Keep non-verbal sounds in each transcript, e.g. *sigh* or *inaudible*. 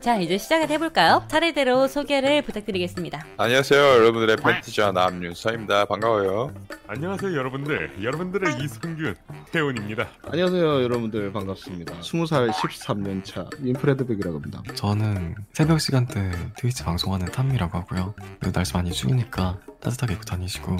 자, 이제 시작을 해볼까요? 차례대로 소개를 부탁드리겠습니다. 안녕하세요 여러분들의 팬티자 남윤서입니다 반가워요 안녕하세요 여러분들 여러분들의 이성균 태훈입니다 안녕하세요 여러분들 반갑습니다 20살 13년차 윈프레드백이라고 합니다 저는 새벽 시간대 트위치 방송하는 탐미라고 하고요. 그래도 날씨 많이 추우니까 따뜻하게 입고 다니시고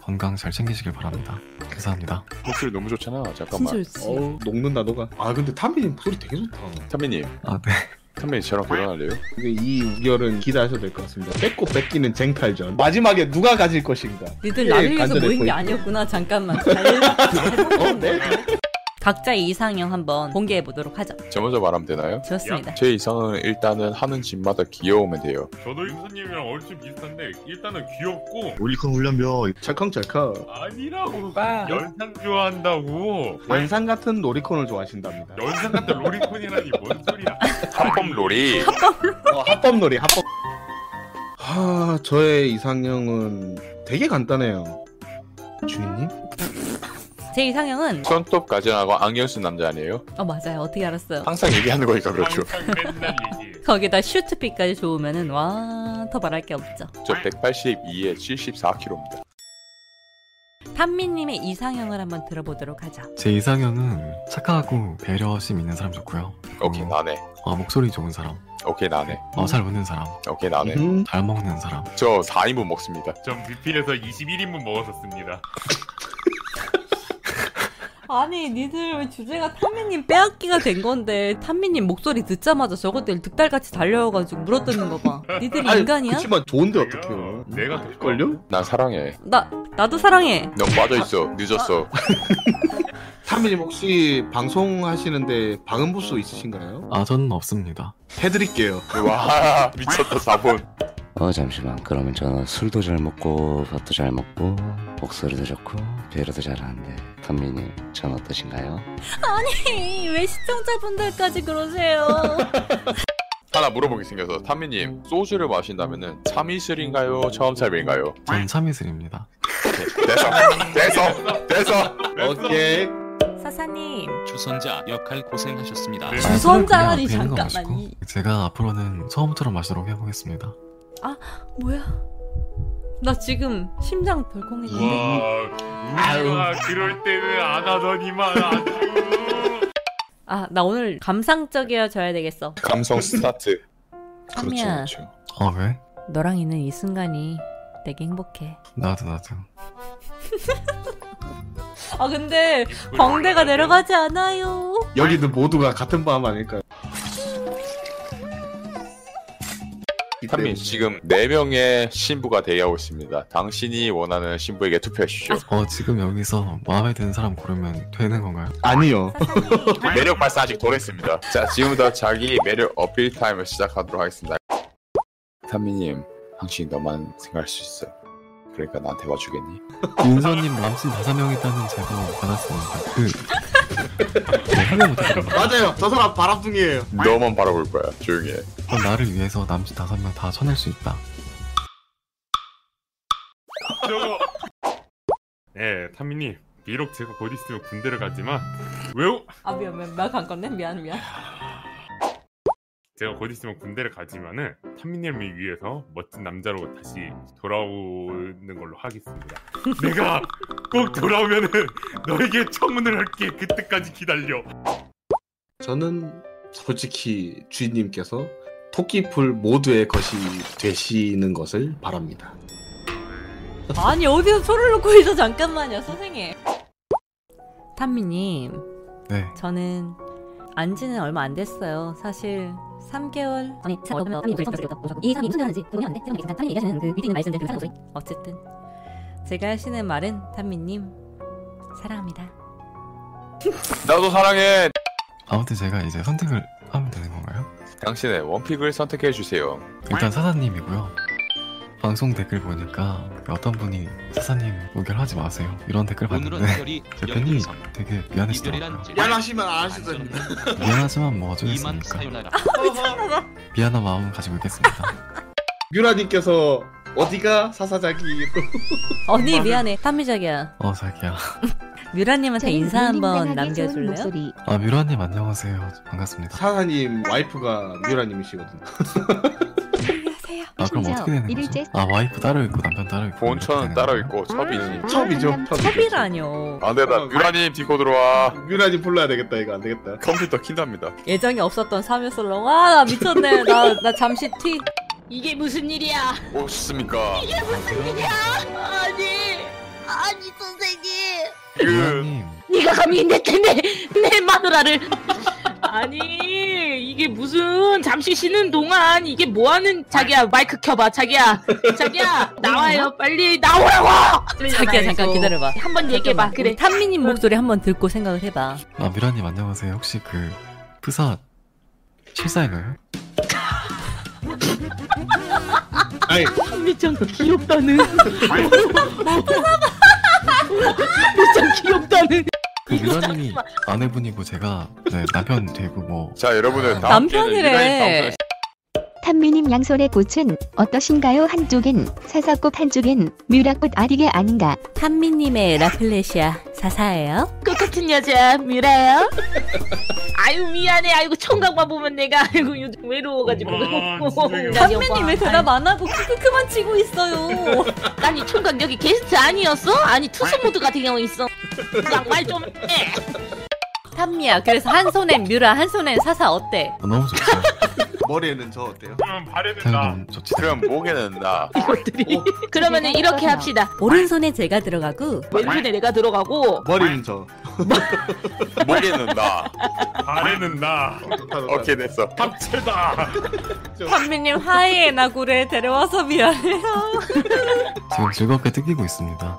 건강 잘 챙기시길 바랍니다. 감사합니다. 목소리 너무 좋잖아 잠깐만 어우 녹는다 너가 아 근데 탐비님 소리 되게 좋다 선배님 아, 네. *laughs* 선배님 저랑 결혼할래요? 근데 이 우결은 기대하셔도 될 것 같습니다 뺏고 뺏기는 쟁탈전 마지막에 누가 가질 것인가 니들 예, 나를 위해서 간절해 모인 게 보이고. 아니었구나. 잠깐만. 잘 *laughs* 해보는 네. 거예요. 각자의 이상형 한번 공개해 보도록 하죠. 저 먼저 말하면 되나요? 좋습니다. 제 이상은 일단은 하는 집마다 귀여우면 돼요 저도 윤서님이랑 얼추 비슷한데 일단은 귀엽고 올리콘 훈련병 찰컹찰컹 아니라고 연상 좋아한다고 연상 같은 로리콘을 좋아하신답니다 연상 같은 로리콘이라니 뭔 소리야 한범놀이 어, 합법놀이 합법 하 아, 저의 이상형은 되게 간단해요 주인님? 제 이상형은 손톱 가지나고 안경 쓴 남자 아니에요? 어 맞아요. 어떻게 알았어요? 항상 얘기하는 거니까 그렇죠 항상 맨날 얘기 거기다 슈트핏까지 좋으면은 와더 말할 게 없죠. 저 182에 74kg입니다 탄미님의 이상형을 한번 들어보도록 하죠. 제 이상형은 착하고 배려심 있는 사람 좋고요. 오케이 음, 나네 어, 목소리 좋은 사람, 오케이 나네 어, 잘 웃는 사람, 오케이 나네 음, 잘 먹는 사람. 저 4인분 먹습니다 전 BP에서 21인분 먹었었습니다 아니 니들 왜 주제가 탄미님 빼앗기가 된 건데 탄미님 목소리 듣자마자 저것들 득달같이 달려와가지고 물어뜯는 거 봐. 니들 아니, 인간이야? 그치만 좋은데 어떡해요 음, 내가 더 걸려? 난 사랑해 나 나도 사랑해. 넌 빠져있어 늦었어 탐비님 혹시 방송하시는데 방음 부수 있으신가요? 아, 저는 없습니다. 해드릴게요 와 *laughs* 미쳤다 4분 어 잠시만 그러면 저는 술도 잘 먹고 밥도 잘 먹고 목소리도 좋고 배려도 잘하는데 선배님 전 어떠신가요? 왜 시청자분들까지 *laughs* 그러세요? 하나 물어보게 생겨서 탄미님 소주를 마신다면은 참이슬인가요 처음살인가요? 전 참이슬입니다. 됐어 됐어 됐어 오케이 사사님 주선자 역할 고생하셨습니다. 네. 주선자라니 아, 그냥 앞에 있는 거 잠깐만 이, 마시고 제가 앞으로는 처음처럼 마시도록 해보겠습니다. 뭐야? 나 지금 심장 덜컹했는데 와 우리가 그럴 때는 안 하더니만 아주 아 나 오늘 감상적이어져야 되겠어 감성 스타트 그렇죠, 참이야 아, 왜? 너랑 있는 이 순간이 되게 행복해 나도, 나도. 아 근데 광대가 내려가지 않아요 여기는 모두가 같은 마음 아닐까요? 네. 탄민 지금 4명의 신부가 대기하고 있습니다 당신이 원하는 신부에게 투표해 주십시오 어, 지금 여기서 마음에 드는 사람 고르면 되는 건가요? 아니요. 매력 발사 아직 덜 했습니다 자 지금부터 자기 매력 어필 타임을 시작하도록 하겠습니다 탄민님 당신이 너만 생각할 수 있어 그러니까 나한테 와주겠니? 윤서님 남친 다섯 명 있다는 제보 받았습니다. 그 네, 해명 못해드립니다. *laughs* 맞아요. 저 사람 바람둥이에요. 너만 바라볼 거야 조용히 해 그럼 나를 위해서 남친 다섯 명 다 쳐낼 수 있다. 저거 네 타미님 비록 제가 곧 있으면 군대를 가지만 외우 아 미안 미안 미안 간 건데 미안 미안 제가 곧 있으면 군대를 가지만은 탄민님을 위해서 멋진 남자로 다시 돌아오는 걸로 하겠습니다. 내가 꼭 돌아오면은 너에게 청혼을 할게. 그때까지 기다려. 저는 솔직히 주인님께서 토끼풀 모두의 것이 되시는 것을 바랍니다. 아니 어디서 초를 놓고 있어 잠깐만요 선생님 탄미님 네. 저는 안 지는 얼마 안 됐어요. 사실 3개월 아니 참 어떤 사람이 무슨 소리였다 이 사람이 무슨 소리하는지 구분이 안돼 세상에 일단 탄민 얘기하시는 그 밑에 있는 말씀들 그 사람 소리 어쨌든 제가 하시는 말은 탄민님 사랑합니다 나도 사랑해 아무튼 제가 이제 선택을 하면 되는 건가요? 당신의 원픽을 선택해 주세요 일단 사사님이고요. 방송 댓글 보니까 어떤 분이 사사님 의결하지 마세요. 이런 댓글 오늘은 봤는데 별이 제 팬이 열일상 *laughs* 되게 이별이란 미안했어요. 미안하시면 안 하셔도 됩니다. 미안하지만 뭐 이만 어쩌겠습니까? 사요나라. 미안한 마음 가지고 있겠습니다. *laughs* 유라님께서 어디가 사사자기 언니 미안해 탄미적이야 어 자기야. 뮤라님한테 인사 한번 남겨줄래요? 목소리. 아 뮤라님 안녕하세요. 반갑습니다. 사사님 와이프가 뮤라님이시거든요. 안녕하세요. 아 그럼 어떻게 되는 일일째 거죠? 아 와이프 따로 있고 남편 따로 있고 본천은 따로 있고 첩이지. 아, 첩이죠, 참, 첩이죠. 첩이라뇨. 안 되다. 유라님 네, 디코 들어와. 뮤라님 아, 불러야 되겠다 이거 안 되겠다. *laughs* 컴퓨터 킨답니다. 예정이 없었던 3일슬러. 와, 나 미쳤네. 나, 나 잠시 티. 이게 무슨 일이야? 오셨습니까? 아니, 아니 선생님. 그 뮤라님 네가 감히 내내내 마누라를. 아니 이게 무슨 잠시 쉬는 동안 이게 뭐하는 자기야 마이크 켜봐 자기야 자기야 나와요 빨리 나오라고. 자기야, 잠깐 기다려봐. 어, 한번 아, 얘기해봐 그래. 탄미님 목소리 한번 듣고 생각을 해봐. 아 뮤라님 안녕하세요. 혹시 그 프사 실사인가요? 아니 미짱 귀엽다는. 미짱 *laughs* 귀엽다는. 그 뮤라님이 아내분이고 제가 네, 남편 되고 뭐 자 여러분들 다음 기회는 남편이래. 유라님 방송에 탄미님 양손의 꽃은 어떠신가요? 한쪽엔 사사꽃 한쪽엔 뮤라꽃 아리게 아닌가? 탄미님의 라플레시아 사사예요. 그 똑같은 여자 미라요. 아유 미안해. 아이고 청각만 보면 내가 아이고 요즘 외로워가지고. 와, 진짜 난 여보. 선배님 왜 여보, 대답 안 하고 크크크만 치고 있어요? 아니, 아니 청각 여기 게스트 아니었어? 아니 투수 모드 같은 경우 *laughs* 있어. 그냥 말좀 해. *laughs* 탄미야, 그래서 한 손엔 뮤라, 한 손엔 사사 어때? 어, 너무 좋죠. 머리에는 저 어때요? 그럼 발에 태연 된다. 너무 좋지. 그럼 목에는 나. 어, 그러면은 이렇게 합시다. 오른손에 제가 들어가고 왼손에 내가 들어가고 머리는 *laughs* 저. 목에는 *laughs* 나. 발에는 나. 좋다, 좋다. 오케이 됐어. 합체다. 탄미님 하이에나 굴에 데려와서 미안해요. 지금 즐겁게 뜯기고 있습니다.